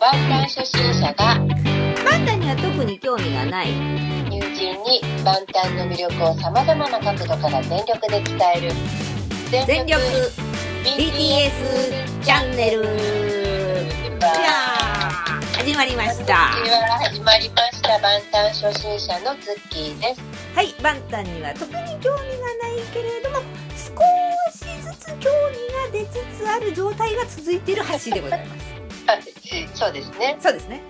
ワンタン初心者がバンタンには特に興味がない友人にワンタンの魅力をさまざまな角度から全力で伝える全力 BTS BTS チャンネルいややー始まりましたは始まりました万端初心者のツッキーですいバンタンには特に興味がないけれども少しずつ興味が出つつある状態が続いている橋でございますはいそうですねそうですね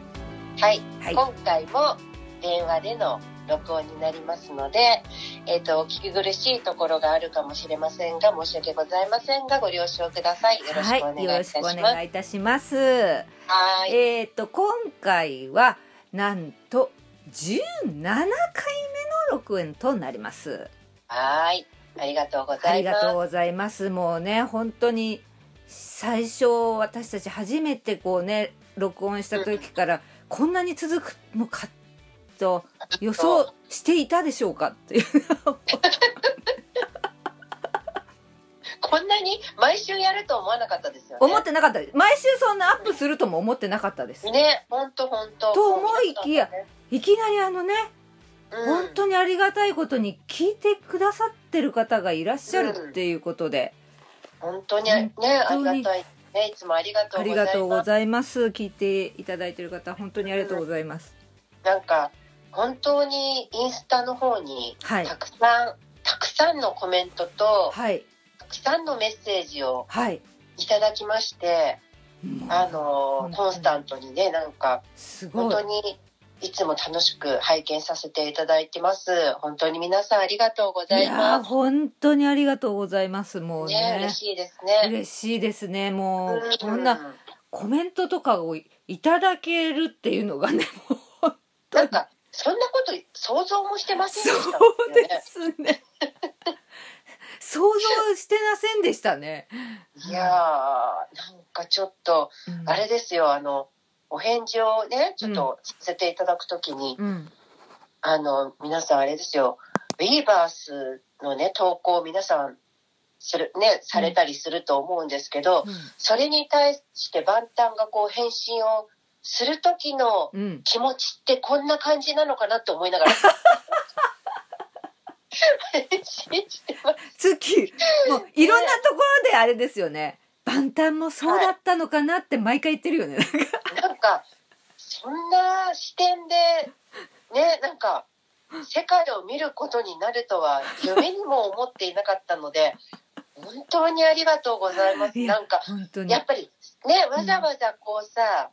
はい、はい今回も電話での録音になりますので、えっとお聞き苦しいところがあるかもしれませんが申し訳ございませんがご了承くださいよろしくお願いいはよたろししくまおすは願いいたしますいえっ、と今回はなんと17回目の録演となります。はいありがとうごあざりいまがすとうございます。もうね本当に最初私たち初めてこうね録音した時からこんなに続くのかと予想していたでしょうかっていうこんなに毎週やると思わなかったですよね思ってなかったです毎週そんなアップするとも思ってなかったです。ね本当本当と思いきやいきなりあのね本に当にありがたいことに聞いてくださってる方がいらっしゃるっていうことで、本当にねあ本当にりがたいねいつもありがとあうりございがますとうございます聞いていただいてる方本当にありがとうございます、なんか本当にインスタの方にはいたくさん、たくさんのコメントとはいたくさんのメッセージをはいいただきましてあの本当にコンスタントにねなんかす本ごい当にいつも楽しく拝見させていただいてます本当に皆さんありがとうごいざいやーま本当にありがとうございますもすうねね嬉しいですね嬉しいですねもううこんなコメントとかをいただけるっていうのがねもうなんかそんなこと想像もしてませんでそしたうもんねですね想像してませんでしたねいやーなんかちょっとうんあれですよあのお返事をねちょっとさせていただくときに、うんあの皆さんあれですよウィーバースのね投稿を皆さんするねされたりすると思うんですけど、それに対して万端がこう返信をする時のうん、うん気持ちってこんな感じなのかなって思いながら 返信してます月もういろんなところであれですよね万端もそうだったのかなって毎回言ってるよね、なんかそんな視点でねなんか世界を見ることになるとは夢にも思っていなかったので本当にありがとうございますいやなんか本当にやっぱりねわざわざこうさ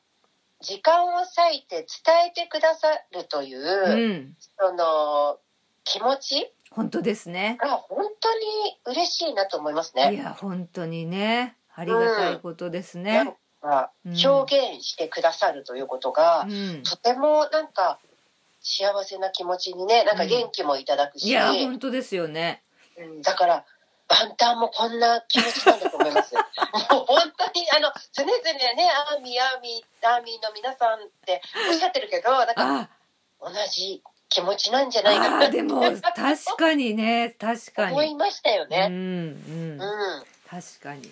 時間を割いて伝えてくださるというう、んその気持ち本当ですねが本当に嬉しいなと思いますいね。や本当にねありがたいことですなね、んかうん表現してくださるということが、うん、とてもなんか幸せな気持ちにねなんか元気もいただくいし、や本当ですよねうんだから万端もこんな気持ちなんだと思います もう本当にあの常々ねアーミーアーミーアーミーの皆さんっておっしゃってるけどなんかあ同じ気持ちなんじゃないかあなーでも確かにね確か思に、いましたようね、んううんんあ確かに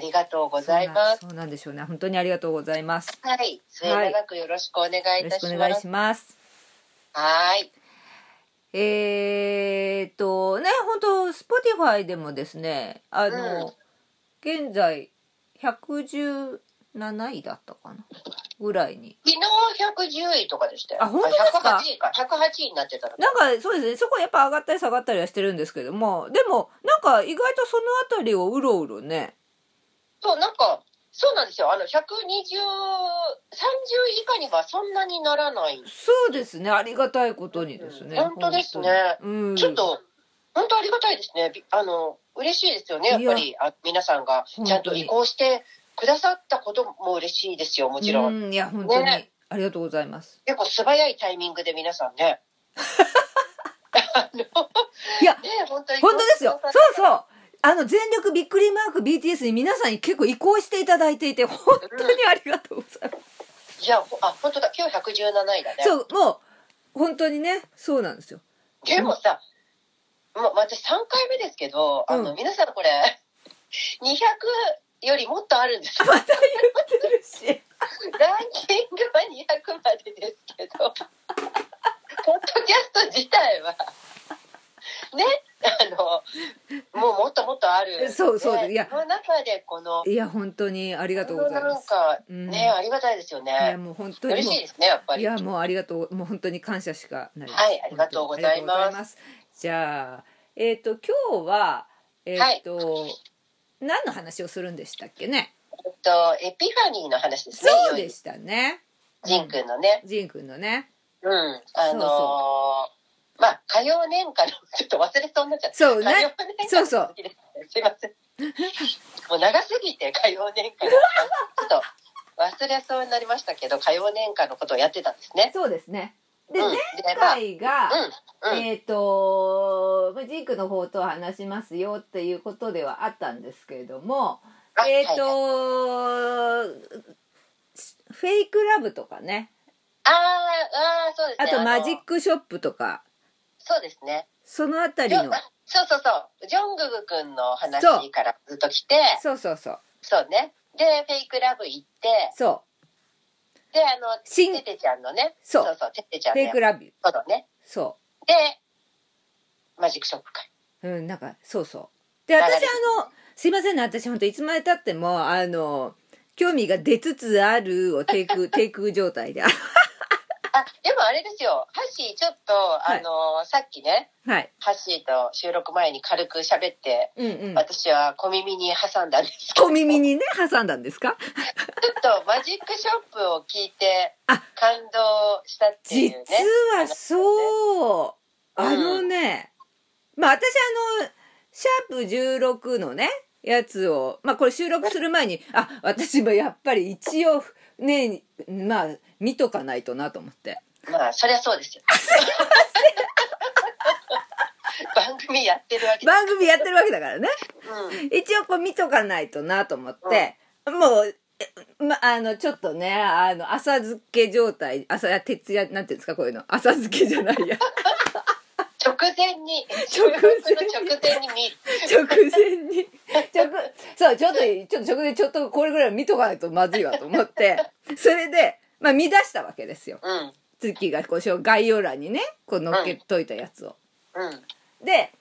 りがとうございますそうなんそうなんでしょうね本当にありがとうございますはい末永くよろしくお願いよいろたしします,、くおは願いい、しますえーっとね本当 Spotify でもですねあの、現在117位だったかなぐらいに昨日110位とかでしたよあ本当ですかあ108位か108位になってたのなんかそうですねそこやっぱ上がったり下がったりはしてるんですけどもでもなんか意外とその辺りをうろうろねそう、なんか、そうなんですよ。あの、120、30以下にはそんなにならない。そうですねありがたいことにですね、うん本当ですね本当にうん、ちょっと、本当ありがたいですね。びあの、嬉しいですよね。やっぱり、あ皆さんが本当にちゃんと移行してくださったことも嬉しいですよ、もちろん。うんいや本当に、ねありがとうございます結構素早いタイミングで皆さん ね。あのいやね、本当に。本当ですよそうそうあの全力びっくりマーク BTS に皆さんに結構移行していただいていて本当にありがとうございます、いや、ほあ、本当だ。今日117位だね。そうもう本当にねそうなんですよでもさ、もう私3回目ですけど、あうのん皆さんこれ200よりもっとあるんですよまた言ってるしランキング200までですけどポッドキャスト自体はねあのもうもっともっとあるそうそうねいやその中でこのいや本当にありがとうございます。なんかうんね、ありがたいですよいやねもう本当に嬉もしいですねやっぱういりやもうありがとうもう本当に感謝しかないです。はいありがとうございます本当にありがとうござすじゃあえっ、と今日はえっ、と、何の話をするんでしたっけね。えっとエピファニーの話ですねそういよいでよしたね。ジン君のねジン君のね。うんあのーまあ火曜年間のちょっと忘れそうになっちゃったそう火曜ね。年そ間うそう。すいませんもう長すぎて火曜年間ちょっと忘れそうになりましたけど火曜年間のことをやってたんですねそうですね。でうん前でまあ回が、うんうんえっ、とまあジンクの方とは話しますよっていうことではあったんですけれどもあえっ、と、はいはいフェイクラブとかねあーあーそうですあねとのマジックショップとかそうですねそのあたりジョのンあそうそうそうジョンググ君の話そうからずっと来てそうそうそうそうねでフェイクラブ行ってそうであの新テテちゃんのねそうそうテテちゃんフのェイクラブそうだねそでマジックショップかううんなんかそうそうで私あのすいませんね私本当いつまでたってもあの興味が出つつあるを低 空低空状態であでもあれですよハッシーちょっとあの、さっきねはいハッシーと収録前に軽く喋って、うんうん私は小耳に挟んだんですけど小耳にね挟んだんですかちょっとマジックショップを聞いてあ感動したっていうね実はそううんあのね、まあ私あのシャープ16のねやつをまあこれ収録する前にあ私もやっぱり一応ねまあ見とかないとなと思ってまあそりゃそうですよ 番組やってるわけで番組やってるわけ だからねうん一応こう見とかないとなと思って、もうえまあのちょっとねあの浅漬け状態朝徹夜なんていうんですかこういうの浅漬けじ ゃないや直前に収直前録の直前に見る直前に直そうちょっとちょっと直前ちょっとこれぐらい見とかないとまずいわと思って それで、まあ、見出したわけですようん月がこう概要欄にねこう乗っけといたやつを。うんで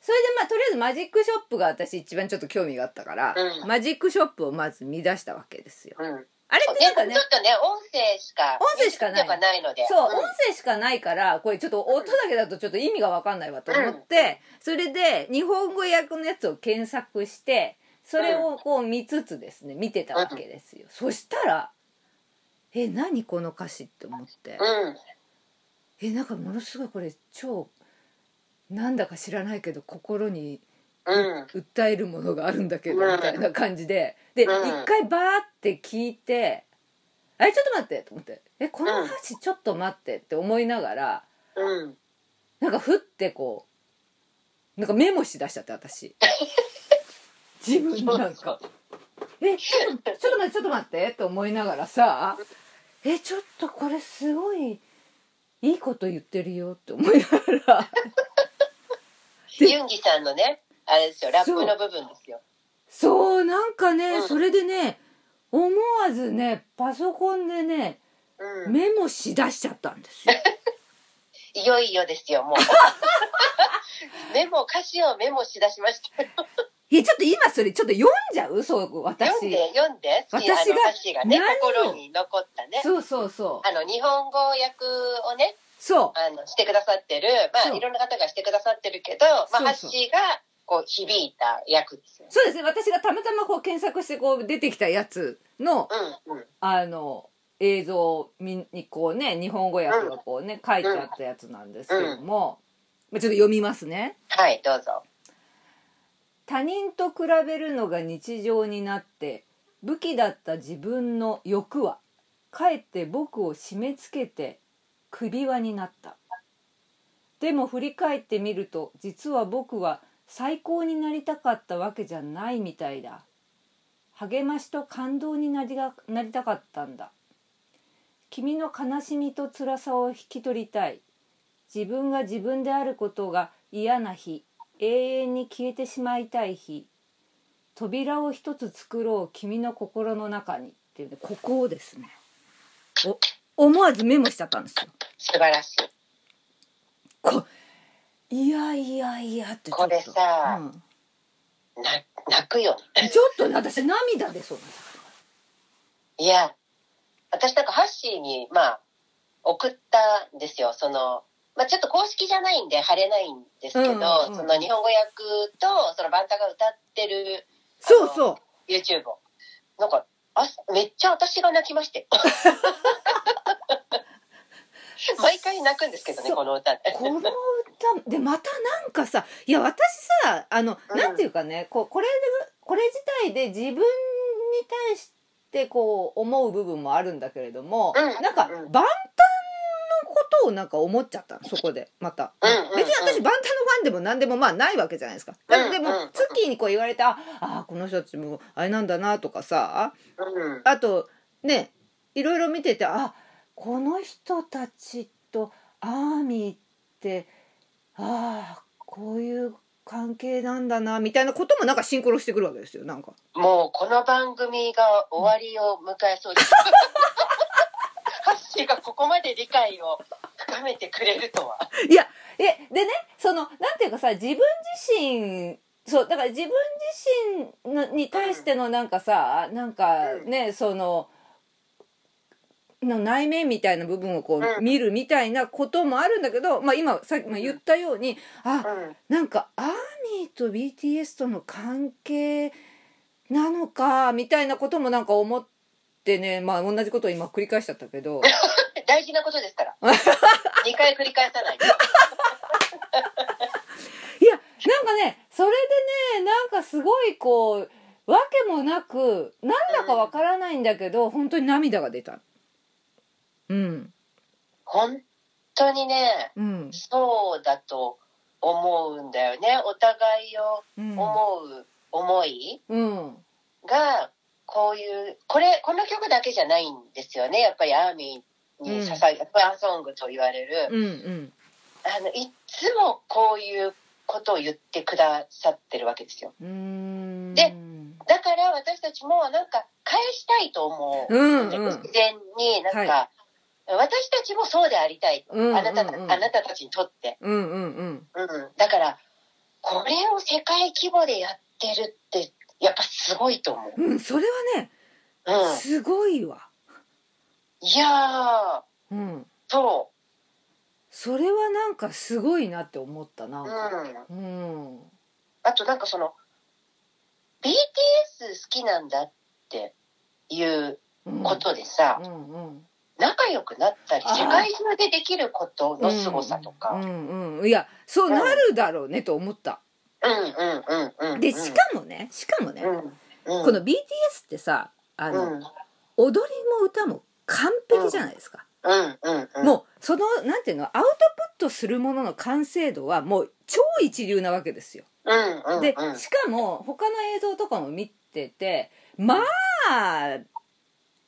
それでまあとりあえずマジックショップが私一番ちょっと興味があったから、うんマジックショップをまず見出したわけですよ。うんあれそうってなんかねねちょっとね音声しか音声しかない見てないのでそう、ん音声しかないからこれちょっと音だけだとちょっと意味が分かんないわと思って、それで日本語訳のやつを検索してそれをこう見つつですね見てたわけですよ、そしたら「え何この歌詞?」って思ってうん「えなんかものすごいこれ超なんだか知らないけど心にうん訴えるものがあるんだけど」うんみたいな感じでで一うん回バーって聞いて「あれちょっと待って」と思って「えこの歌詞ちょっと待って」って思いながら。うんなんかふってこうなんかメモしだしちゃって私自分なんか「えちょっとちょっと待ってちょっと待って」と思いながらさ「えちょっとこれすごいいいこと言ってるよ」って思いながらでユンギさんのねあれですよラップの部分ですよそうなんかね、うんそれでね思わずねパソコンでねうんメモしだしちゃったんですよ。 いよいよですよも うメモ歌詞をメモしだしましたいやちょっと今それちょっと読んじゃうそう私読んで読んで私があの歌詞がね何を心に残ったねそうそうそうあの日本語訳をねそうあのしてくださってる、まそあ、ういろんな方がしてくださってるけど、まあ、ハッそうそうシーがこう響いた役ですよ。そうですね私がたまたまこう検索してこう出てきたやつのうんうんあの映像を見にこうね日本語訳がこうね書いてあったやつなんですけども、まあちょっと読みますね。はいどうぞ。他人と比べるのが日常になって武器だった自分の欲はかえって僕を締め付けて首輪になったでも振り返ってみると実は僕は最高になりたかったわけじゃないみたいだ励ましと感動になりがなりたかったんだ君の悲しみと辛さを引き取りたい自分が自分であることが嫌な日永遠に消えてしまいたい日扉を一つ作ろう君の心の中にっていうねここをですねお思わずメモしちゃったんですよ。素晴らしい。こいやいやいやってちょっとこれさな泣くよね。うんちょっとね私涙でそうなんですいや、私なんかハッシーに、まあ、送ったんですよ。その、まあちょっと公式じゃないんで貼れないんですけど、うんうんうんその日本語訳と、そのバンタが歌ってるそうそう YouTube を。なんか、あめっちゃ私が泣きま して。毎回泣くんですけどね、そうこの歌って。この歌でまたなんかさいや私さあの、うんなんていうかねこうこれでこれ自体で自分に対してこう思う部分もあるんだけれども、うんなんかうん万端のことをなんか思っちゃったのそこでまた、うんうんうん別に私万端のファンでも何でもまあないわけじゃないですか、だけどでうんうんうもんツッキーにこう言われてああーこの人たちもあれなんだなとかさうん。あとねいろいろ見ててあこの人たちとアーミーってああこういう関係なんだなみたいなこともなんかシンクロしてくるわけですよなんかもうこの番組が終わりを迎えそう です。ハッシーがここまで理解を深めてくれるとは。いやえでねそのなんていうかさ自分自身そうだから自分自身のに対してのなんかさ、なんかねそのの内面みたいな部分をうこうん見るみたいなこともあるんだけど、まあ、今さっきも言ったように、あうん。なんかアーミーと BTS との関係なのかみたいなこともなんか思ってねまあ同じことを今繰り返しちゃった けど大事なことです から。2回繰り返さないと。いやなんかねそれでねなんかすごいこうわけもなくなんだかわからないんだけど本当に涙が出た。うん本当にね、うんそうだと思うんだよね。お互いをうん思う思いうんが、こういう、これ、この曲だけじゃないんですよね。やっぱりアーミーに捧げ、ファンソングと言われる。うんうんあの、いつもこういうことを言ってくださってるわけですよ。うーんでだから私たちもなんか返したいと思う。うんうん自然になんか、は私たちもそうでありたい。うんうんうんあなたたあなたたちにとって。うんうんうんうん。だから、これを世界規模でやってるって、やっぱすごいと思う。うんそれはねうん。すごいわ。いやー、うんそそれはなんかすごいなって思ったなう。んうんか。うん。あとなんかその、BTS 好きなんだっていううん。ことでさ、うんうん。仲良くなったりあー世界中でできることの凄さとうかんうん。いや、そうなるだろうねと思った。うんうんうんうんで、しかもね、しかもね、うんうんこの BTS ってさ、あうんうの、ん踊りも歌も完璧じゃないですか。うんうんもう、その、なんていうの、アウトプットするものの完成度はもう超一流なわけですよ。うんうんうんでしかも他の映像とかも見ててまあ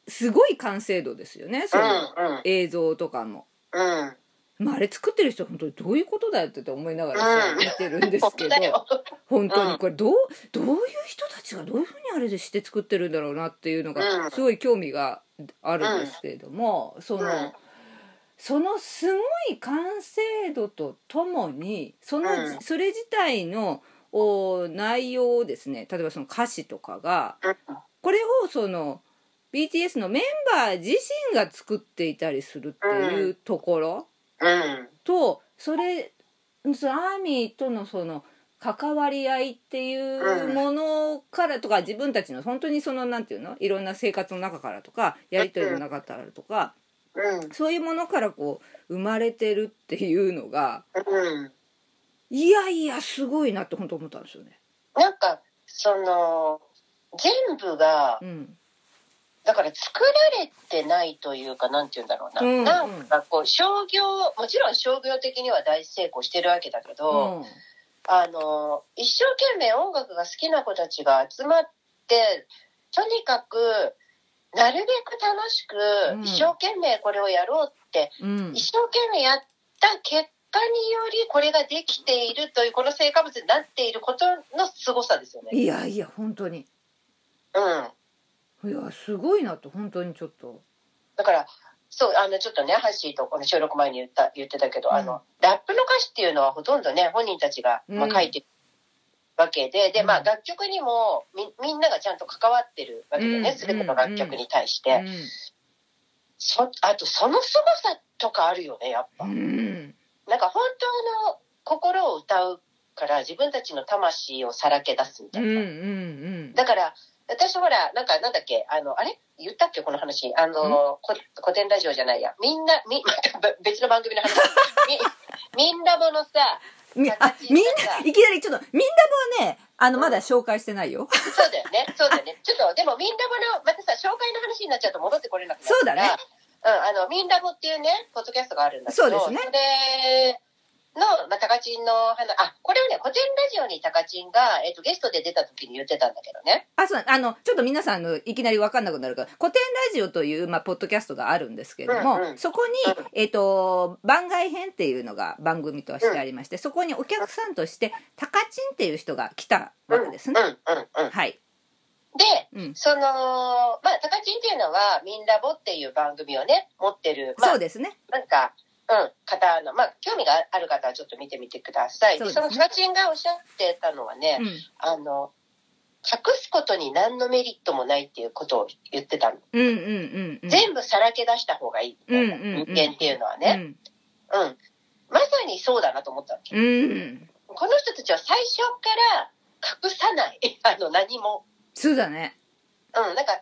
すごい完成度ですよねそのう映像とかも。んうんうんまあ、あれ作ってる人本当にどういうことだよって思いながらさうん見てるんです本当けだどよ本当うにんこれどうどういう人たちがどういうふうにあれでして作ってるんだろうなっていうのうがんすごい興味があるんですけれどもそうんのそのすごい完成度とともにそのうんそれ自体のお内容をですね例えばその歌詞とかがこれをその BTS のメンバー自身が作っていたりするっていうところ、うんとそれそのアーミーとのその関わり合いっていううんものからとか、自分たちの本当にそのなんていうのいろんな生活の中からとかやり取りの中からとか、うんそういうものからこう生まれてるっていうのがうんいやいやすごいなって本当思ったんですよね。なんかその全部がうん、だから作られてないというかなんて言うんだろうな、うんうんなんかこう商業もちろん商業的には大成功してるわけだけど、うんあの一生懸命音楽が好きな子たちが集まってとにかくなるべく楽しく、うん一生懸命これをやろうって、うん一生懸命やった結果によりこれができているというこの成果物になっていることの凄さですよね。いやいや本当にうん、いやすごいなと本当にちょっと。だからそう、あの、ちょっとね、ハッシーとこの収録前に言った、言ってたけど、うんあの、ラップの歌詞っていうのはほとんどね、本人たちが、まあ、うん書いてるわけで、で、まうあ、ん楽曲にもみ、みんながちゃんと関わってるわけでうねん、すべての楽曲に対して。そあと、その凄さとかあるよね、やっぱ。うんうんなんか、本当の心を歌うから、自分たちの魂をさらけ出すみうたいんな。うんだから、私ほら、なんか、なんだっけ、あの、あれ言ったっけこの話。あの、こ古典ラジオじゃないや。みんな、み、ま たべ別の番組の話。み、みんなものさ、みあみんないきなりちょっとみんなもねあのまだ紹介してないよ そうだよね、そうだよね。ちょっと、でもみんなもの、またさ、紹介の話になっちゃうと戻ってこれなくなるから。そうだね。うん、あの、みんなもっていうね、ポッドキャストがあるんだけど、そうですねれの、まあ、タカチンの話、あ、これはね、古典ラジオにタカチンが、えっ、と、ゲストで出た時に言ってたんだけどね。あそうあのちょっと皆さんあのいきなり分かんなくなるから古典ラジオという、まあ、ポッドキャストがあるんですけれども、うんうんそこにうん、えっと番外編っていうのが番組としてありましてそこにお客さんとしてタカチンっていう人が来たわけですね。うん、うん、うん。はい、で、うんその、まあ、タカチンっていうのは、ミンラボっていう番組をね、持ってる、まそあう、ですね。なんか、うん、方の、まあ、興味がある方はちょっと見てみてください。そでうですそねのタカチンがおっしゃってたのはね、うあの、隠すことに何のメリットもないっていうことを言ってたの。ん、うん、うん、うん。全部さらけ出した方がいいみたいな。うんうんうん人間っていうのはね。うん。まさにそうだなと思ったわけ。うん、うん、この人たちは最初から隠さない。 あの、何も。そうだね。うん、なんか隠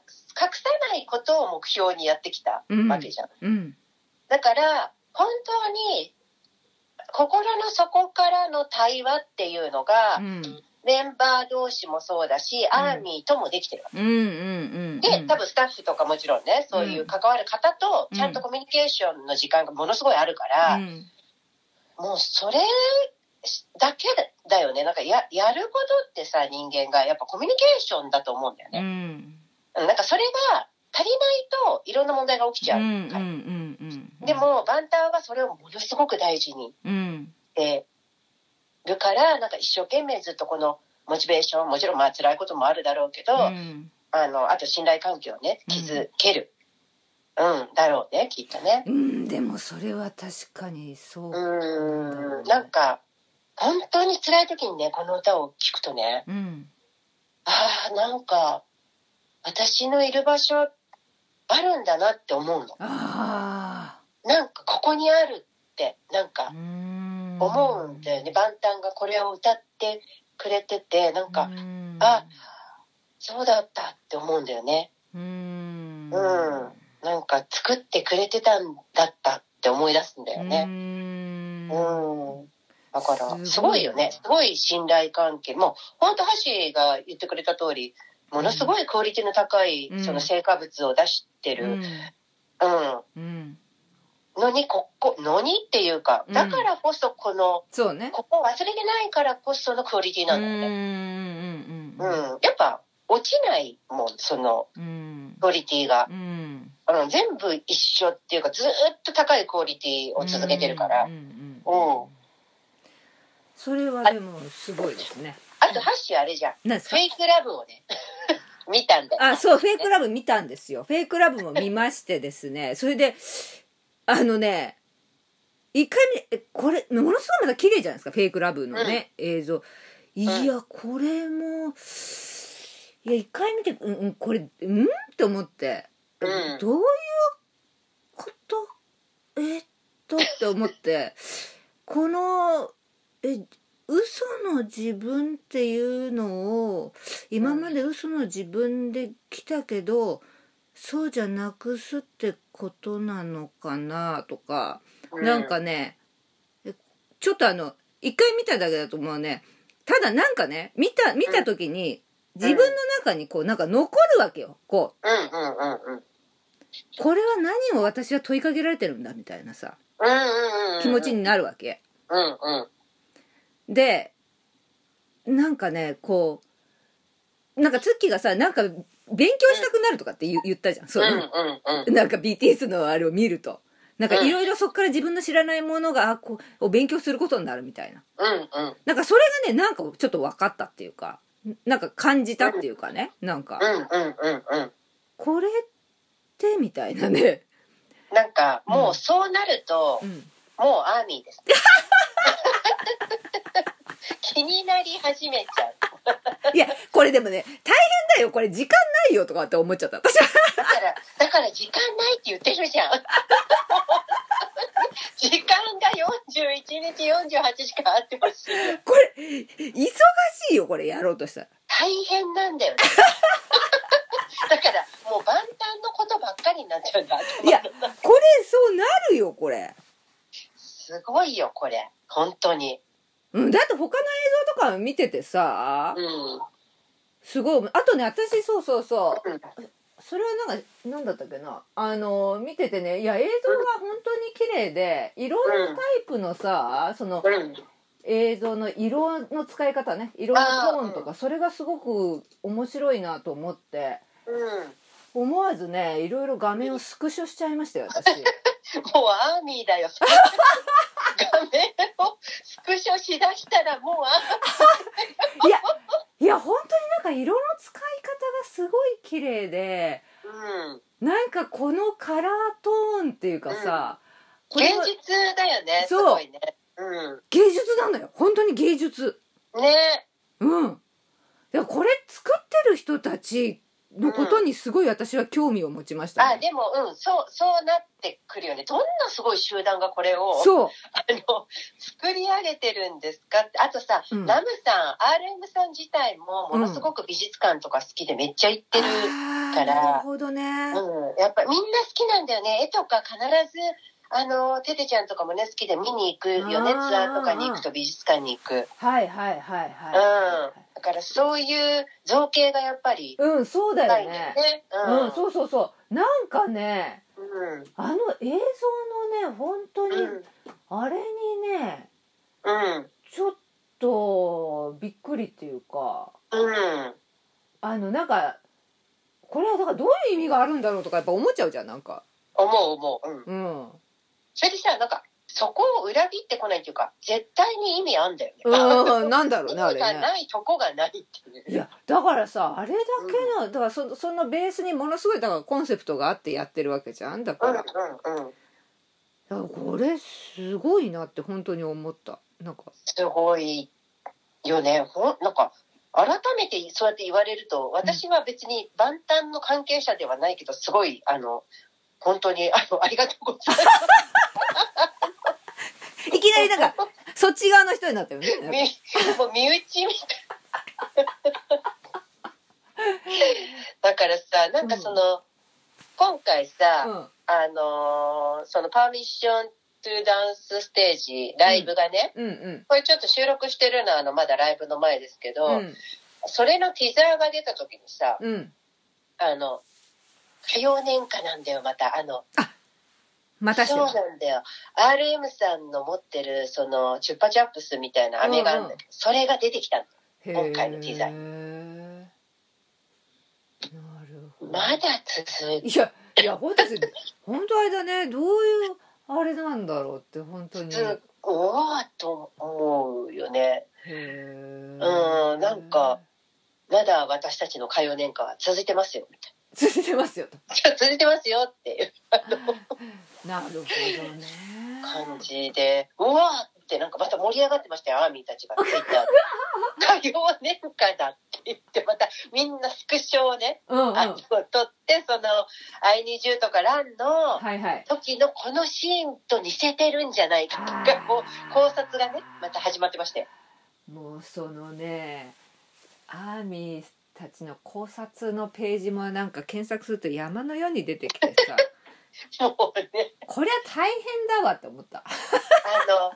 さないことを目標にやってきたわけじゃん。うん、だから本当に心の底からの対話っていうのが、うん、メンバー同士もそうだし、んアーミーともできてるわうん、うん、うん。け。で、多分スタッフとかもちろんね、そういう関わる方とうんちゃんとコミュニケーションの時間がものすごいあるから、うん、もうそれだけだよね。なんかや、やることってさ、人間がやっぱコミュニケーションだと思うんだよね。うん、うんなんかそれが足りないといろんな問題が起きちゃう。うん、うん、うん。で、も、バンターはそれをものすごく大事にうん、してるから、なんか一生懸命ずっとこのモチベーション、もちろんまあ辛いこともあるだろうけど、うん。あの、あと信頼関係をね、うん築ける。うん、だろうね、きっとね。うん、でも、それは確かに、そうう。ーん、なんか、本当に辛い時にね、この歌を聴くとね、うん、ああ、なんか、私のいる場所あるんだなって思うの。あなんかここにあるってなんあ。かうん。思うんだよね、。バンタンがこれを歌ってくれててなんか、うん、あ。そうだったって思うんだよねうん。うんなんか作ってくれてたんだったって思い出すんだよねねうん、だからすすごごいいよねすごい信頼関係もう本当ハシが言ってくれた通りものすごいクオリティの高いうんその成果物を出してる、うんうん。のにここのにっていうかだからこそこの、そうね。ここ忘れてないからこそのクオリティう、なんんうだよね。ん、ううんん。。やっぱ落ちないもん、そのうん。クオリティが。うん。あの全部一緒っていうか、ずーっと高いクオリティを続けてるから。うんうんうんそれはでもすごいですね。あと、ハッシュあれじゃん。なんですフかェ？イクラブをね、 見たんだよ。あ、そうフェイクラブ見たんですよ。フェイクラブも見ましてですね。 それであのね。一回目えこれものすごいまだ綺麗じゃないですかフェイクラブのね、映像いやこれもいや一回見てうんうんこれうんって思って、うんどういうことえっとって思ってこのえ嘘の自分っていうのを今まで嘘の自分で来たけど、そうじゃなくすってことなのかなとか、うなんか、ねえちょっとあの一回見ただけだともうねただなんかね見た見た時に、ん自分の中にこうなんか残るわけよこうんうんうんうん。うこれは何を私は問いかけられてるんだみたいなさうんうんうん。気持ち。になるわけ。うんうん。でなんかねこうなんかツッキーがさなんか勉強したくなるとかって言う言ったじゃんそううんうんうん。なんか BTS のあれを見るとなんかいろいろそこから自分の知らないものがあこうを勉強することになるみたいなうんうんなんかそれがねなんかちょっと分かったっていうかなんか感じたっていうかねなんかうんうんうんうん。これってみたいなねなんかもうそうなると、うんもうアーミー です 気になり始めちゃういやこれでもね大変だよこれ時間ないよとかって思っちゃった私はだからだから時間ないって言ってるじゃん 時間が41日48時間あってほしいこれ忙しいよこれやろうとしたら大変なんだよね だからもう万端のことばっかりになっちゃうんだいやこれそうなるよこれ、すごいよこれ本当にうん、だって他の映像とか見ててさうんうんすごいあとね私そうそうそうそれはなんか何だったっけなあの見ててねいや映像が本当に綺麗でいろんなタイプのさそのうん映像の色の使い方ね色のトーンとかそれがすごく面白いなと思ってうん思わずねいろいろ画面をスクショしちゃいましたよ私もうアーミーだよ画面をスクショしだしたらもうアいやいや本当になんか色の使い方がすごい綺麗でーミーうんなんかこのカラートーンっていうかさ、こ現れは実だよねすそうごいねう芸術なんだよ本当に芸術んねうん。いや、これ作ってる人たちのことにすごい私は興味を持ちましたあね。でもうんそうそうなってくるよねどんなすごい集団がこれをそう。 あの作り上げてるんですかってあとさ、うんラムさん RM さん自体もものすごく美術館とか好きでめっちゃ行ってる、あからーなるほどね。うん、やっぱみんな好きなんだよね絵とか必ずあのテテちゃんとかもね好きで見に行くよねあーツアーとかに行くと美術館に行くはいはいはいうはんだからそういう造形がやっぱりい。うん、そうだ深いよんだよね。ねうん、そうそうそう。なんかね、うんあの映像のね、本当に、うんあれにね、うんちょっとびっくりっていうか、うんあの、なんか、これはだからどういう意味があるんだろうとかやっぱ思っちゃうじゃん、なんか。思う思ううんうん。それでさなんかそこを裏切ってこないっていうか絶対に意味あんだよねうん、なんだろう意ね、あ味れがね。ないとこがないっていういやだからさあれだけの、だからそそのベースにものすごいだからコンセプトがあってやってるわけじゃんだうかんうら,、んうんこれすごいなって本当に思ったなんかすごいよね。ほんなんか改めてそうやって言われると私は別に万端の関係者ではないけどすごいあの本当にあのありがとうご ざいます。いきなりなんかそっち側の人になったよねみもう身内みたいな。だからさなんかその、今回さ、うんあのーそのパーミッショントゥダンスステージライブがね、うんうんこれちょっと収録してるのはあのまだライブの前ですけど、うんそれのティザーが出た時にさ、うんあの、火曜年間なんだよ、また。あの、またしてそうもなんだよ。RM さんの持ってる、その、チュッパチャップスみたいな飴があるんだけど、それが出てきたの。今回の機材へーなるほど、まだ続く。いやいや本当です本当あれだねどういうあれなんだろうって本当に続くおーと思うよね。へうんなんかまだ私たちの火曜年間は続いてますよ、み たい続いてますよとなじゃあ。続いてますよっていうなるほどね。感じで、うわーってなんかまた盛り上がってましたよ、アーミーたちが。ツイッターで。火曜年間だって言って、またみんなスクショをね、うんうん。あのは撮ってその「I need you」とか「Run」のいはい。時のこのシーンと似せてるんじゃないかとかこう考察がねまた始まってましてもうそのね、アーミーたちの考察のページもなんか検索すると山のように出てきて さ、もうねこりゃ大変だわって思った。あ の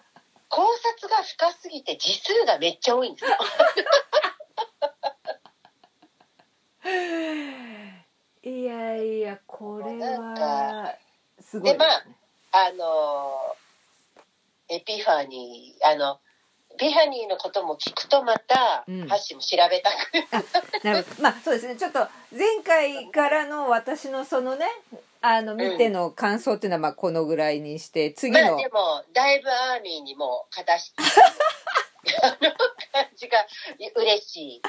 考察が深すぎて字数がめっちゃ多いんですよ。いやいやこれなんはすごいですね。あのエピファニーあのエピファニーのことも聞くとまたうんハッシーも調べたく、なるほどまあそうですねちょっと前回からの私のそのねあの見ての感想っていうのはまあこのぐらいにして次まあのでもだいぶアーミーにも勝たしてあの感じが嬉しい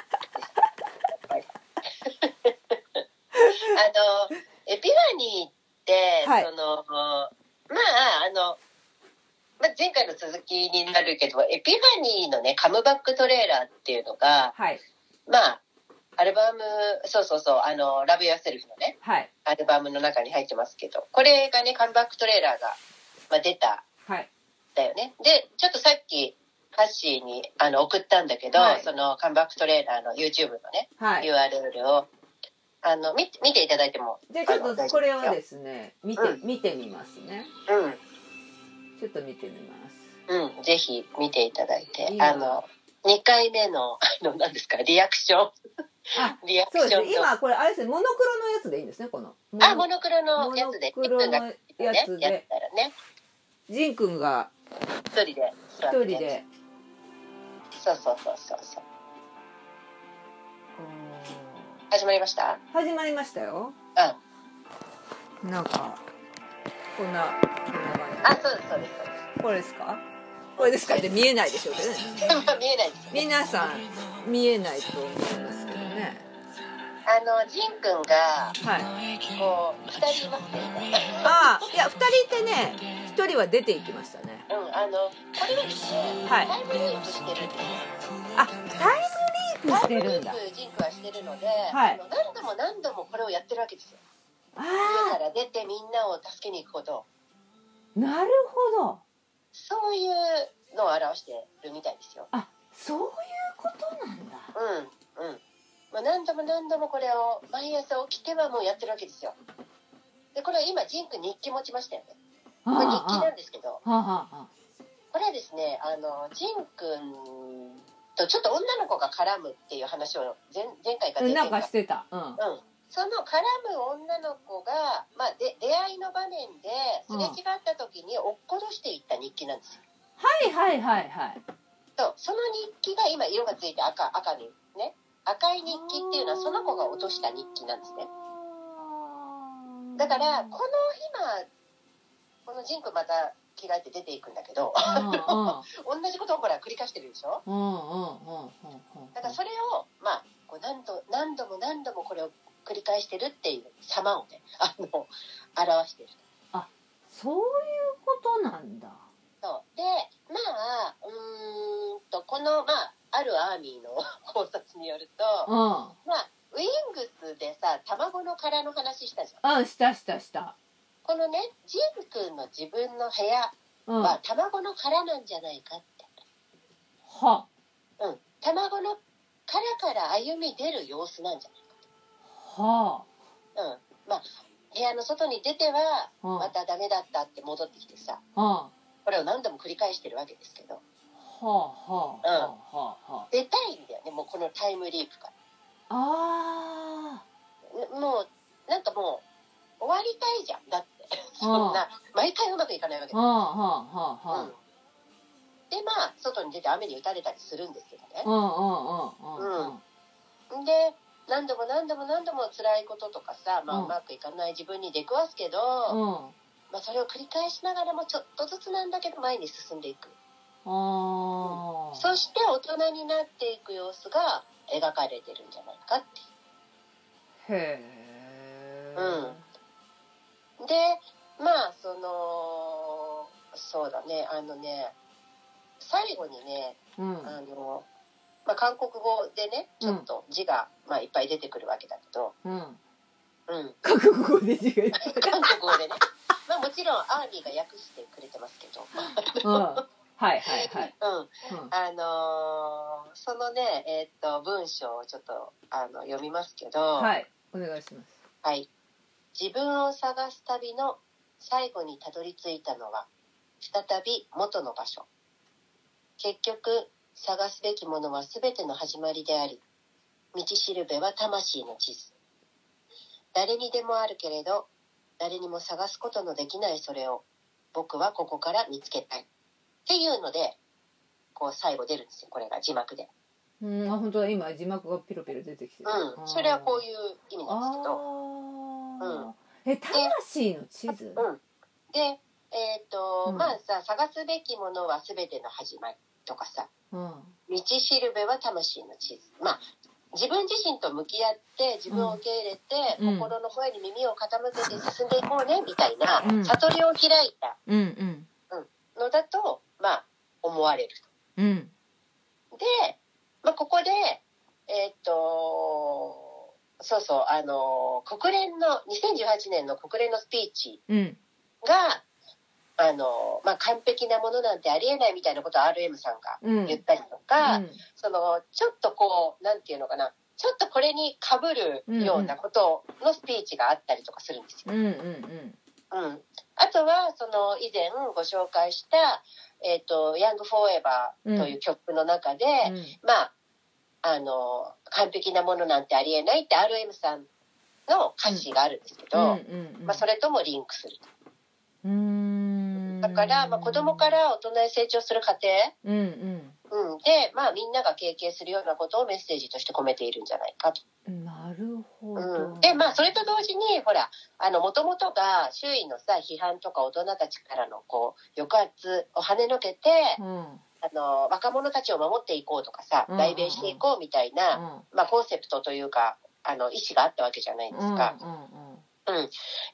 あのエピファニーって、はいその前回の続きになるけど、エピファニーのね、カムバックトレーラーっていうのが、はいまあ、アルバム、そうそうそう、あの、ラブ・ヨーセルフのね、はいアルバムの中に入ってますけど、これがね、カムバックトレーラーが、まあ、出たはいだよね。で、ちょっとさっき、ハッシーにあの送ったんだけど、はいそのカムバックトレーラーの YouTube のね、はい URL をあの見て見ていただいてもじゃあちょっとこれあをの大丈夫でですね見てう見てみますねすよちょっと見てみますうん、うん、ぜひ見ていただいていいなあの2回目のあ の何ですかリアクショあ ンリアクそうシでョすンね今これあれですねモノクロのやつでいいんですねこのとあモノクロのやつでモノクロのだけねやつでやったらねジンくんが一人で座一って人でそうそうそうそうそう始まりました始まりましたようんなんかこんなこんなあ感そうですそうですそうじこれですかこれですかって見えないでしょうけどねですま あ見えないですね皆さん見えないと思いますけどねあのジンくんがはいこう2人いますねああいや二人いてね一人は出ていきましたねうんあのこれはですね、はいタイムリープしてるんですあタイムリープしてるんだタイムリープジンクはしてるので、はいあの何度も何度もこれをやってるわけですよあ家かあら出てみんなを助けに行くことなるほどそういうのを表してるみたいですよあそういうことなんだうんうんまあ、何度も何度もこれを毎朝起きてはもうやってるわけですよでこれは今ジンク日記持ちましたよねあこれ日記あなんですけどあああこれはですねあのジンくんとちょっと女の子が絡むっていう話を前前回かあ前なん々か回してたうんはうん、その絡む女の子が、まあ、で出会いの場面ですれ違った時に落っことしていった日記なんですよ。いはいはいはいそうその日記が今色がついて赤赤にね赤い日記っていうのはその子が落とした日記なんですね。だからこの今このジンクまた着替えて出ていくんだけど うんうん同じことをほら繰り返してるでしょうんうんうんう んだからそれをまあこう何度何度も何度もこれを繰り返してるっていう様をね あの表してる。そういうことなんだそうでまあうーんとこの、まあ、あるアーミーの 考察によるとうまあウィングスでさ卵の殻の話したじゃんんうんしたしたしたこのねジンくんの自分の部屋うんはは卵の殻なんじゃないかって、はうん、卵の殻から歩み出る様子なんじゃない、うん、まあ部屋の外に出てはうんまたダメだったって戻ってきてさうんはこれを何度も繰り返してるわけですけどあはあはあはあは出たいんだよねもうこのタイムリープから。ああもうなんかもう終わりたいじゃんだってーそんな毎回うまくいかないわけうで,、んうはん、あはあはあでまあ外に出て雨に打たれたりするんですけどうねんうんうんうんうんで何度も何度も何度も辛いこととかさ、まあ、うんうまくいかない自分に出くわすけど、うんまあ、それを繰り返しながらもちょっとずつなんだけど前に進んでいく、あーそして大人になっていく様子が描かれてるんじゃないかっていうへえうんでまあそのそうだねあのね最後にねうんうんあの、まあ、韓国語でねちょっと字が、まあ、いっぱい出てくるわけだけど、うんうん、覚悟で違う韓国語 でねまあもちろんアーミーが訳してくれてますけど、うんはいはいはいうん、うんあのーそのね、えーっと文章をちょっとあの読みますけど、はいお願いしますはい。自分を探す旅の最後にたどり着いたのは、再び元の場所。結局、探すべきものは全ての始まりであり、道しるべは魂の地図。誰にでもあるけれど、誰にも探すことのできないそれを、僕はここから見つけたい。っていうので、こう最後出るんですよ、これが字幕で。うんあ本当だ今字幕がピロピロ出てきてるうん。それはこうういう意味なんですけど。ああえ魂の地図うん、でえっ、と、うんまあさ探すべきものは全ての始まりとかさうん道しるべは魂の地図まあ自分自身と向き合って自分を受け入れて、うん心の声に耳を傾けて進んでいこうねみたいな、うん悟りを開いたうんうんのだと壊れる。うんで、まあ、ここで、えーっと、そうそう、あの、国連の、2018年の国連のスピーチうんが、あの、まあ、完璧なものなんてありえないみたいなことを RM さんがうん言ったりとか、うんその、ちょっとこう、なんていうのかな、ちょっとこれにかぶるようなことのスピーチがあったりとかするんですよ。うんうんうん、あとはその以前ご紹介した「えー、とヤング・フォーエバー」という曲の中で、うんまああの完璧なものなんてありえないって RM さんの歌詞があるんですけど、うんうんうんまあ、それともリンクするうーんだから、まあ、子供から大人へ成長する過程、うんうんうん、で、まあ、みんなが経験するようなことをメッセージとして込めているんじゃないかと。なるほど、うん、でまあそれと同時にほらもともとが周囲のさ批判とか大人たちからのこう抑圧を跳ねのけて、うんあの若者たちを守っていこうとかさうん代弁していこうみたいな、うまあ、コンセプトというかあの意思があったわけじゃないでんうんすうんか。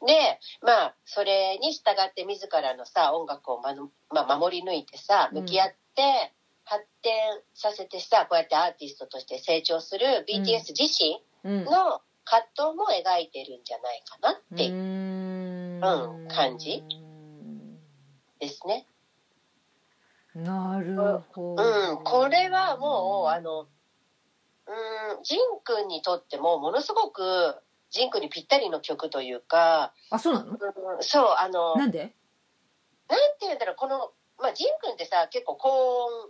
でまあそれに従って自らのさ音楽をまの、まあ、守り抜いてさうん向き合って発展させてさこうやってアーティストとして成長するうん BTS 自身、うんの葛藤も描いてるんじゃないかなうっていうーうん感じですね。なるほうど、ん、これはもうあの、うん、ジンくんにとってもものすごくジンくんにぴったりの曲というか、あそうなのうん、そうあのななんんでて言うんだろうこのまあジンくんってさ結構高音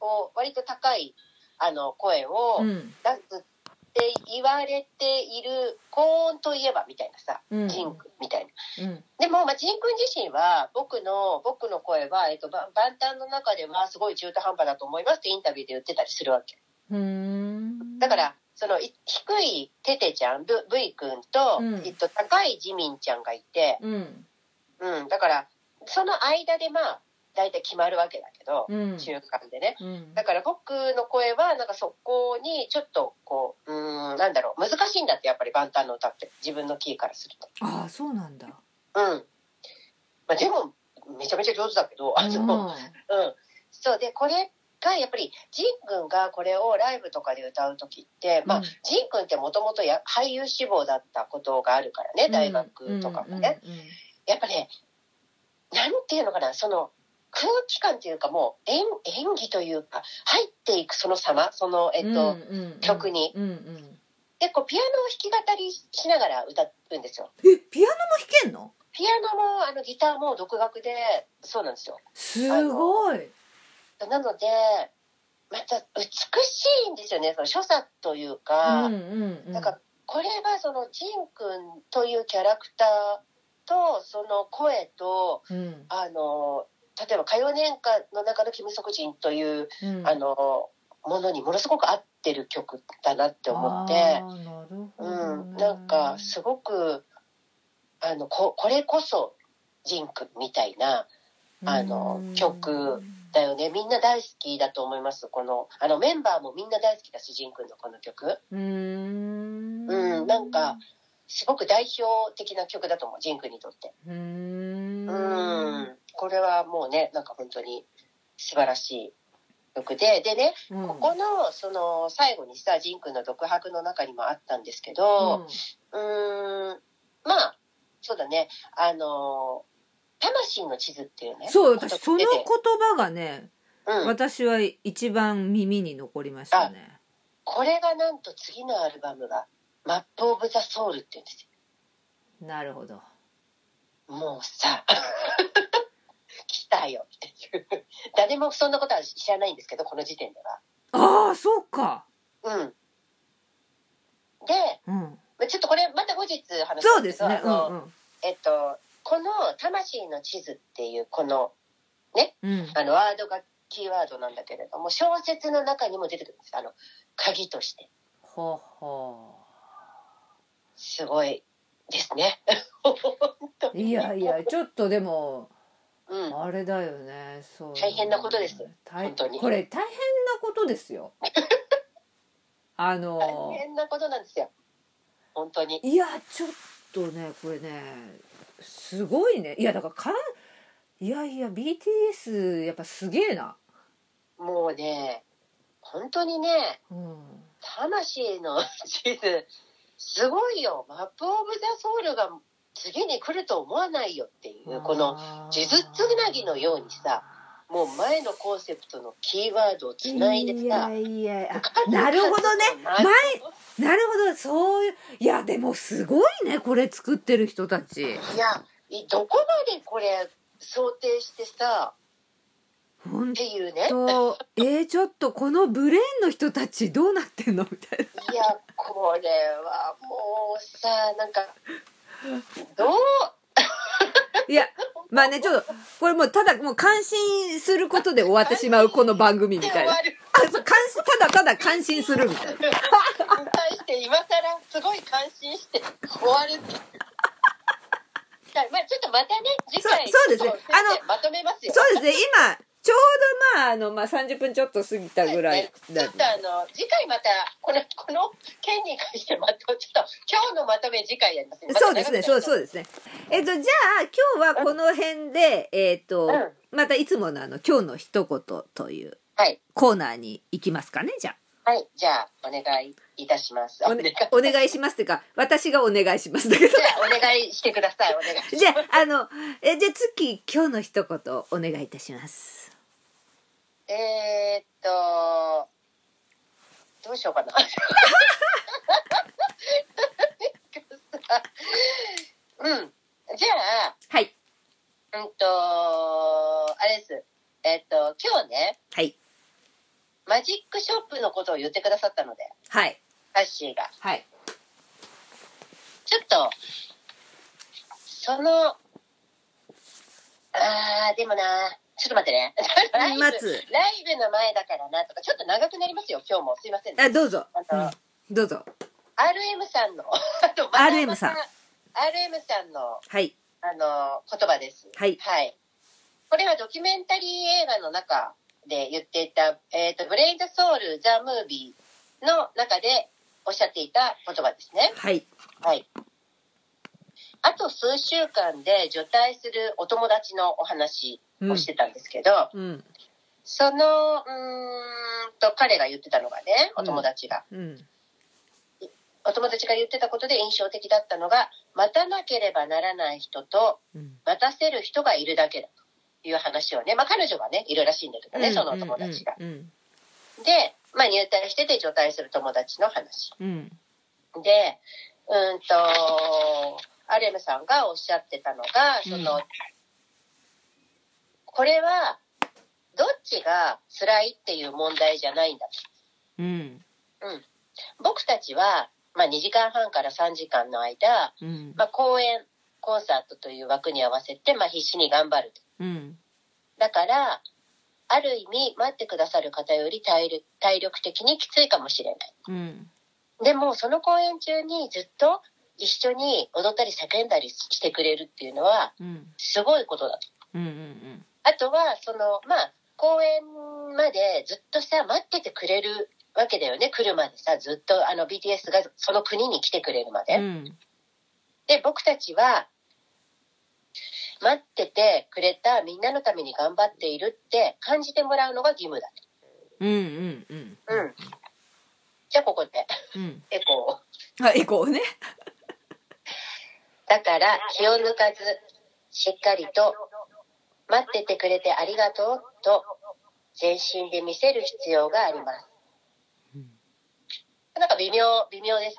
を割と高いあの声をうん出すって言われている高音といえばみたいなさ、うんジンくんみたいな。うんでも、まあ、ジン君自身は、僕の、僕の声は、えっと、ば万端の中では、すごい中途半端だと思いますってインタビューで言ってたりするわけ。うーんだから、その、い低いテテちゃん、ブブイ君と、うんえっと、高いジミンちゃんがいて、うんうん、だから、その間で、まあ、大体決まるわけだけど、うん中間でね。うんだから、僕の声は、なんかそこに、ちょっと、こう、うーん、なんだろう、難しいんだって、やっぱり万端の歌って、自分のキーからすると。ああそうなんだうん。まあ、でも、めちゃめちゃ上手だけど、あの、うん。そう、で、これが、やっぱり、ジン君がこれをライブとかで歌う時って、まあ、うんジン君ってもともとや俳優志望だったことがあるからね、大学とかもね。やっぱね、なんていうのかな、その、空気感というか、もう演、演技というか、入っていくその様、その、えっと、曲にうんうんで、こう、ピアノを弾き語りしながら歌うんですよ。えピアノも弾けんのピアノも、あの、ギターも独学で、そうなんですよ。すごいなのでまた美しいんですよねその所作というか、うんうんうんだからこれはそのジンくんというキャラクターとその声とうんあの例えば歌謡年間の中のキム・ソクジンという、うんあのものにものすごく合ってる曲だなって思ってあ、ーなるほうどねん、なんかすごくあのここれこそジンくんみたいな。あのうん曲だよねみんな大好きだと思いますこのあのメンバーもみんな大好きだしジンくんのこの曲うーんうんなんかすごく代表的な曲だと思うジンくんにとってうーんうんこれはもうねなんか本当に素晴らしい曲ででねうんここのその最後にさジンくんの独白の中にもあったんですけどうんんまあそうだねあの魂の地図っていううねんそう私その出言て葉がねうん、私は一番耳に残りましたねこれがなんと次のアルバムが「マップ・オブ・ザ・ソウル」って言うんですなるほどよもうさ 来たよっていう誰もそんなことは知らないんですけどこの時点ではああそうかうんでうんまあちょっとこれまた後日話そすうんでけどすねあうのんうんえっとこの「魂の地図」っていうこのうんあのワードがキーワードなんだけれども小説の中にも出てくるんですあの鍵としてほうほすごいですね 本当うにいやいやちょっとでもうんあれだよねそう大変なことです大本当にこれ大変なことで すよあの大変なことなんですよ本当にいやちょっとねこれねすごいねいやだからかんいやいや BTS やっぱすげえなもうね、本当にね、うん魂の地図、すごいよ。マップ・オブ・ザ・ソウルが次に来ると思わないよっていう、この、地図つなぎのようにさ、もう前のコンセプトのキーワードをつないでさや、いやあなるほどね前なるほどそういういやでもすごいねこれ作ってる人たちいや、いどこまでこれ想定してさ、ほんっていうね。とえー、ちょっとこのブレーンの人たちどうなってんのみたいいや、これはもうさ、なんか、どうないやまあねちょっとこれもうただもう感心することで終わってしまうこの番組み終たいなわあるそう感心ただただ感心するみたいなに対して今更すごい感心して終わるっていう。 はいまあちょっとまたね、次回そうそうですね先生まとめますよ。そうですね今ちょうどまああの、まあ、30分ちょっと過ぎたぐらいちょだっとあの次回またこのこの件に関してまたちょっと今日のまとめ次回やりますね。またそうですね、そうう。そうですね。えっと、じゃあ、今日はこの辺で、えっと、うまたいつものあの、今日の一言というはいコーナーに行きますかね、じゃはいじゃあお願いいたします。あ。お,、お願い。お願いしますってか、私がお願いしま すだけどじ。ゃあお願いしてください。お願いし ます。じゃあ、あの、え、じゃあ次、今日の一言お願いいたします。えー、っと、どうしようかな。 うん。じゃはい。あ、うんと、あれです。えっと、今日ね、はい。マジックショップのことを言ってくださったので、はい。ハッシーが。はい。ちょっと、その、あー、でもな、ちょっと待ってね。ライブ、ライ 待つブの前だからなとか、ちょっと長くなりますよ、今日も。すいませんねあ、どうぞ。あうのんどうぞ。 RM さんの、 あの RM さん。また RM さんの、はい。あの、言葉です。はい。はい。これはドキュメンタリー映画の中で言っていた、えっ、と、ブレイン・ザ・ソウル・ザ・ムービーの中でおっしゃっていた言葉ですね。はい。はい。あと数週間で除隊するお友達のお話うんをしてたんですけど、うん。その、うーんと、彼が言ってたのがね、お友達が。うん。お友達が言ってたことで印象的だったのが待たなければならない人とうん。待たせる人がいるだけだという話をね、まあ、彼女がねいるらしいんだけどね、そのお友達が。うん。で、まあ、入隊してて除隊する友達の話うん。でうーんと RM さんがおっしゃってたのがその、うこれはどっちが辛いっていう問題じゃないんだと。うん。僕たちは、まあ、2時間半から3時間の間うん。まあ、公演コンサートという枠に合わせて、まあ、必死に頑張るとうん。だからある意味待ってくださる方より体力体力的にきついかもしれないうん。でもその公演中にずっと一緒に踊ったり叫んだりしてくれるっていうのはうん。すごいことだとうんうんあとはそのまあ公演までずっとさ待っててくれるわけだよね来るまでさずっとあの BTS がその国に来てくれるまで、うんで僕たちは待っててくれたみんなのために頑張っているって感じてもらうのが義務だうんうんうんと、うん、じゃあここでうんエコーをあエコーねだから気を抜かずしっかりと待っててくれてありがとうと全身で見せる必要があります、うんなんか微妙微妙です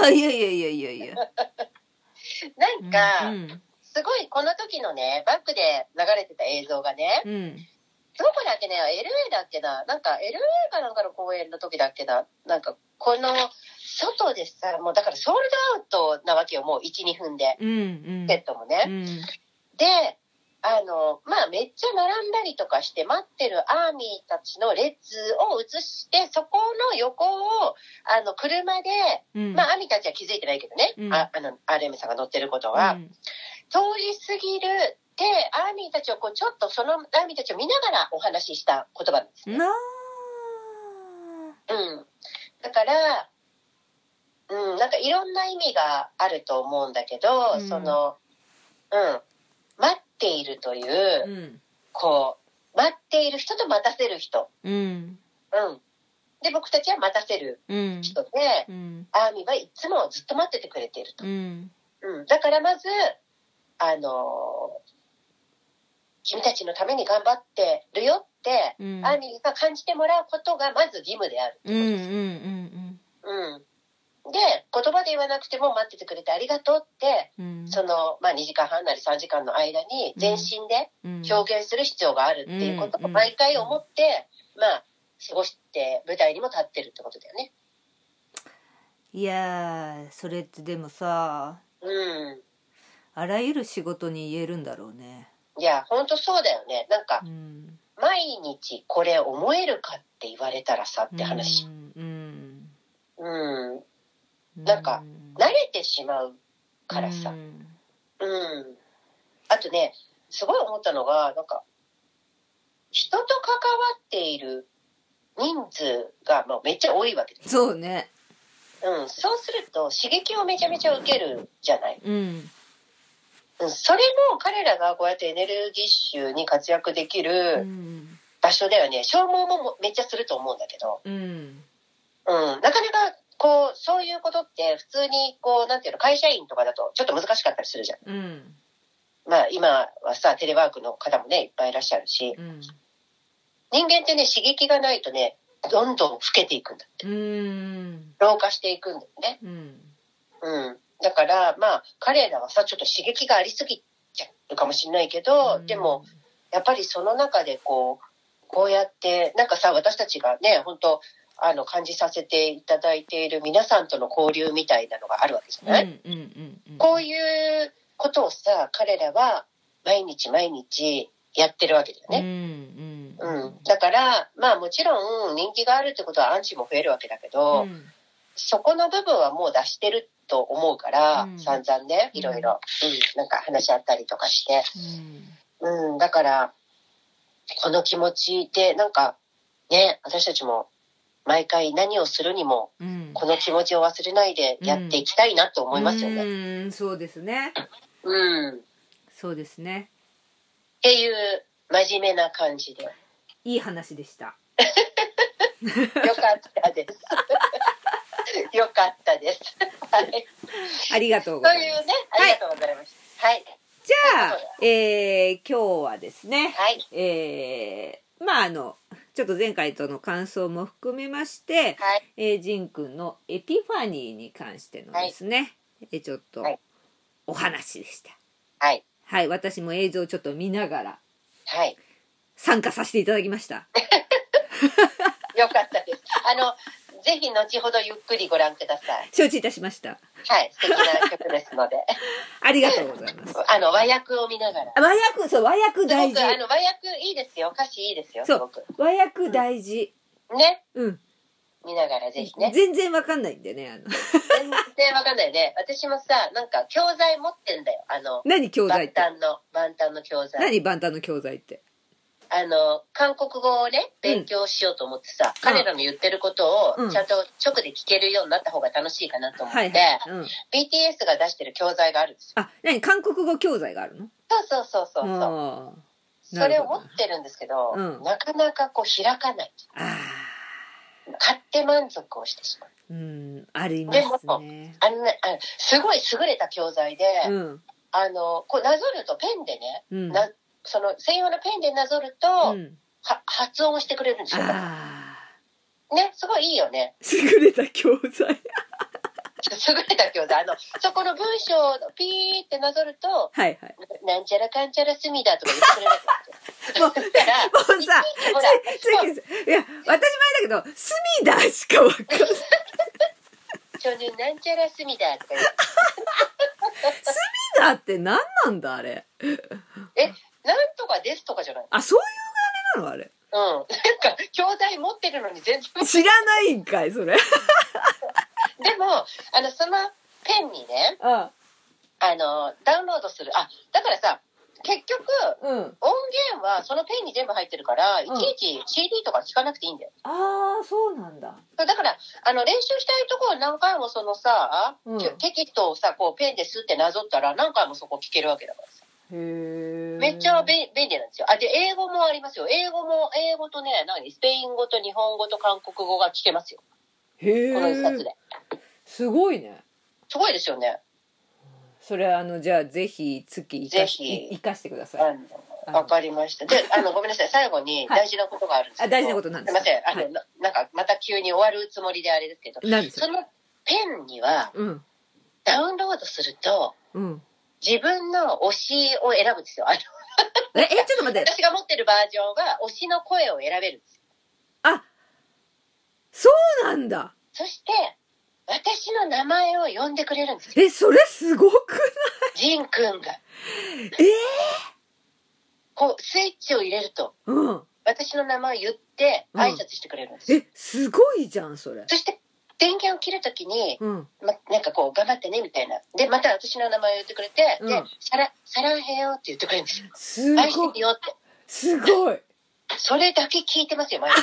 あいやいやいやいやいやねなんか、うんすごいこの時のねバックで流れてた映像がね、うんどこだっけね ?LA だっけななんか LA かなんかの公演の時だっけななんかこの外でさ、もうだからソールドアウトなわけよ、もう1、2分で。うんうんチケットもうね。んで、あの、まあめっちゃ並んだりとかして待ってるアーミーたちの列を映して、そこの横を、あの、車で、うんまあアーミーたちは気づいてないけどね、うんああの、RM さんが乗ってることは。通り過ぎるでアーミーたちをこうちょっとそのアーミーたちを見ながらお話しした言葉なんですうね。んなあうん、だから、うん、なんかいろんな意味があると思うんだけど、うんその、うん、待っているという、うんこ待っている人と待たせる人。うんうん。で、僕たちは待たせるうん人で、うんアーミはいつもずっと待っててくれているとう。んうん。だからまず、あのー君たちのために頑張ってるよって、うんアーミが感じてもらうことがまず義務である。うんうんうんうん。で、言葉で言わなくても待っててくれてありがとうって、うんその、まあ、2時間半なり3時間の間に全身でうん表現する必要があるっていうことうをん毎回思って、まあ、過ごして舞台にも立ってるってことだよね。いやーそれってでもさうん。あらゆる仕事に言えるんだろうね。いや、ほんとそうだよね。なんかう、ん、毎日これ思えるかって言われたらさって話。うん、うん。うん、なんか慣れてしまうからさう。んうん。あとね、すごい思ったのが、なんか、人と関わっている人数が、まあ、めっちゃ多いわけです。そうねうん。そうすると、刺激をめちゃめちゃ受けるじゃない。うんうん。それも彼らがこうやってエネルギッシュに活躍できうるん場所だよね。消耗もめっちゃすると思うんだけど。うんうん。なかなか、こう、そういうことって、普通に、こう、なんていうの、会社員とかだと、ちょっと難しかったりするじゃん。うんまあ、今はさ、テレワークの方もね、いっぱいいらっしゃるし、うん人間ってね、刺激がないとね、どんどん老けていくんだって。うん老化していくんだよね。うんうん。だから、まあ、彼らはさ、ちょっと刺激がありすぎちゃうかもしれないけど、でも、やっぱりその中でこう、こうやって、なんかさ、私たちがね、本当あの、感じさせていただいている皆さんとの交流みたいなのがあるわけじゃうんない、うんうんうんこういうことをさ、彼らは毎日毎日やってるわけだよね。うんうんうん、だから、まあもちろん人気があるってことはアンチも増えるわけだけど、うんそこの部分はもう出してると思うから、うん散々ね、いろいろ、うん、なんか話し合ったりとかして。うん、だから、この気持ちで、なんか、ね、私たちも毎回何をするにも、うんこの気持ちを忘れないでやっていきたいなと思いますよね。うんそうですねうん。っそうですねていう、真面目な感じで。よいい話でしたかった です。よかったです。 はい。ありがとうごというざいねます、ありがとうございました。はい。じゃあ、えー、今日はですね、はい。えー、まああのちょっと前回との感想も含めまして、はい。えー、ジンくんのエピファニーに関してのですね、えーちょっとはいお話でした。はい。はい、私も映像をちょっと見ながらはい。参加させていただきました。よかったです。あの、ぜひ後ほどゆっくりご覧ください。承知いたしました。はい。素敵な曲です ので。ありがとうございます。あの、和訳を見ながら。あ和訳、そう、和訳す大ご事く、。あの、和訳いいですよ。歌詞いいですよ。すそうごく。和訳大事。ね。うん。見ながらぜひね。全然わかんないんでね、あの。全然わかんないね。私もさ、なんか教材持ってんだよ。あの、何教材万って。端の、万端の教材。何万端の教材って。あの、韓国語をね、勉強しようと思ってさ、彼らの言ってることうんを、ちゃんと直で聞けるようになった方が楽しいかなと思っはて、いはい。うん。 BTS が出してる教材があるんですよ。あ、何韓国語教材があるのそうそうそうそうそう。あそれを持ってるんですけど、うんなかなかこう開かない。ああ買って満足をしてしまう。ーうんありますねあのね、あのすごい優れた教材で、うんあの、こうなぞるとペンでね、うんなその専用のペンでなぞると、うんは発音をしてくれるんですよ。ああね、すごいいいよね。 優れた教材優れた教材。あの、そこの文章のピーってなぞると、 はいはいなんちゃらかんちゃらすみだとか言ってくれるわ もうけですよ。だから、もうさいちいちほら、ついついいや私前だけど「スミダ」しかわかんない「スミ少年なんちゃらすみだとか言って、ダ」って何なんだあれなんとかですとかじゃない。あそういうあれなのあれうん。 なんか、教材持ってるのに全然。知らないんかいそれ でも、あの、そのペンにね、あ あの、ダウンロードする。あ、だからさ、結局、うん音源はそのペンに全部入ってるから、いんちいち CD とか聞かなくていいんだよ。ああそうなんだだから、あの、練習したいところを何回もそのさ、うんテキストをさ、こうペンですってなぞったら何回もそこ聞けるわけだからさ。へえめめっちゃ便便利なんですよ。あ、で、英語もありますよ。英語も、英語とね、何スペイン語と日本語と韓国語が聞けますよ。へこの一冊えで。すごいねすごいですよね。それあのじゃあぜひ月生かしぜひ生かしてくださいうんわかりました。で、あの、ごめんなさい。最後にはい大事なことがあるんですけあど。大事なことなんですすいかません。あの、はいななんか、また急に終わるつもりであれですけど、なんですそよのペンにはうんダウンロードすると、うん自分の推しを選ぶんですよ。あの、ええちょっと待って私が持ってるバージョンは推しの声を選べるんですよ。あそうなんだそして、私の名前を呼んでくれるんですよ。えそれすごくないジンくんが。ええーこう、スイッチを入れると、うん私の名前を言って、うん挨拶してくれるんですよ。えすごいじゃんそれそして、電源を切るときに、うんま、なんかこう、頑張ってね、みたいな。で、また私の名前を言ってくれて、うでん、さら、さらへよって言ってくれるんですよ。す愛しごていよって。すごいそれだけ聞いてますよ、毎 日。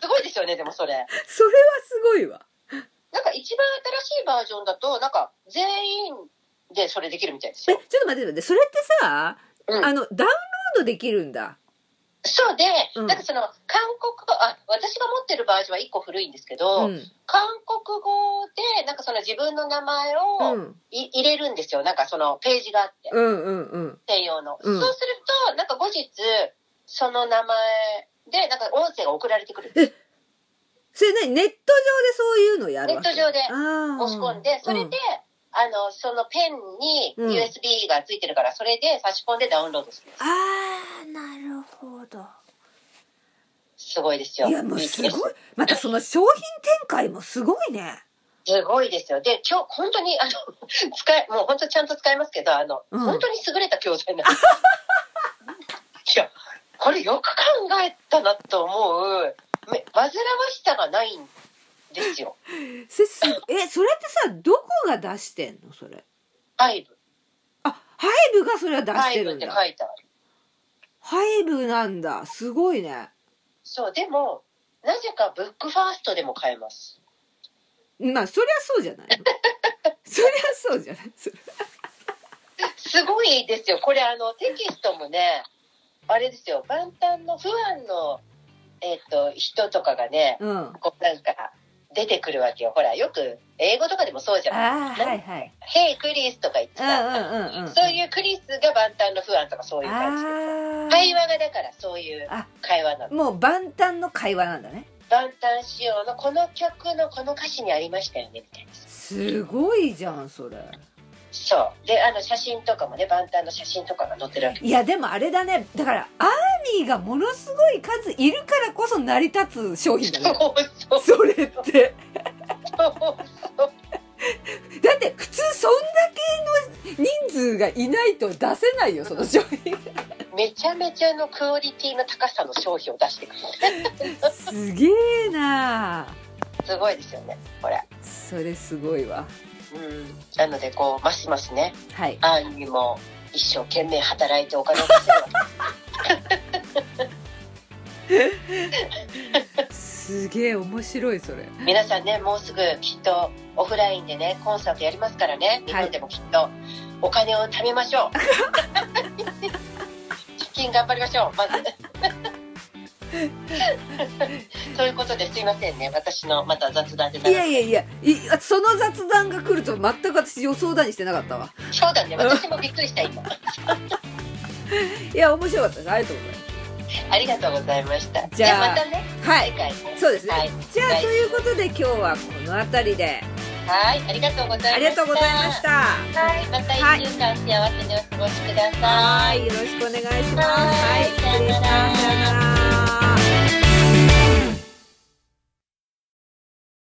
すごいですよね、でもそれ。それはすごいわなんか一番新しいバージョンだと、なんか全員でそれできるみたいですえちょよっ。と待って待ってそれってさ、うんあのダウンロードできるんだそうで、うんなんかその、韓国語、あ、私が持ってるバージョンは一個古いんですけど、うん韓国語で、なんかその自分の名前うをんい、入れるんですよ。なんかそのページがあって、うんうんうん専用の。うんそうすると、なんか後日、その名前で、なんか音声が送られてくる。それ何ネット上でそういうのやるわけネット上で押申し込んで、それで、あの、そのペンにうん USB がついてるから、それで差し込んでダウンロードする。ああなるほどすごいですよ。いやもうすごいいいですまたその商品展開もすごいねすごいですよ。で、今日、本当に、あの、 使い、もう本当ちゃんと使いますけど、あの、うん本当に優れた教材なん です。いや、これよく考えたなと思う、め煩わしさがないんですよ。せすえそれってさどこが出してんのそれハイブ。あハイブがそれは出ハイしてブるっんてだ書いてある。ハイブなんだすごいねそう、でも、なぜかブックファーストでも買えます。まあそりゃそうじゃ ないのそりゃそうじゃないそれすごいですよ。これあのテキストもね、あれですよ。万端の不安のえっ、と人とかがね、うんあこうなんか出てくるわけよ。ほらよく英語とかでもそうじあゃん。はいはいヘイクリスとか言ってうんさ、うんうんうんそういうクリスが万端の不安とかそういう感じで。あ会話がだからそういうあ会話なの。あもう万端の会話なんだね万端仕様のこの曲のこの歌詞にありましたよねみたいな。すごいじゃんそれそう。であの写真とかもね万端の写真とかが載ってるわけ。いやでもあれだねだからアーミーがものすごい数いるからこそ成り立つ商品だねそうそうそれってそうそう。だって普通そんだけの人数がいないと出せないよその商品めちゃめちゃのクオリティの高さの商品を出してくるすげえなすごいですよねほらそれすごいわうんなのでこうますますねはいアーニーも一生懸命働いてお金を稼ぐわすげえ面白いそれけ皆さんねもうすぐきっとオフラインでねコンサートやりますからね日本でもきっとお金を貯めましょう貯金頑張りましょ うまずということですいませんね私のまた雑談でいやいやいやいその雑談が来ると全く私予想だにしてなかったわそうだね私もびっくりした今いや面白かったですありがとありがとうございまうございました。じゃあまたね、すはい次回ねそうですね、はいじゃあはいということで今日はこの辺りではい、ありがとうございました。ありがとうございました。はい、また一週間幸せにお過ごしくださはいい、よろしくお願いします。は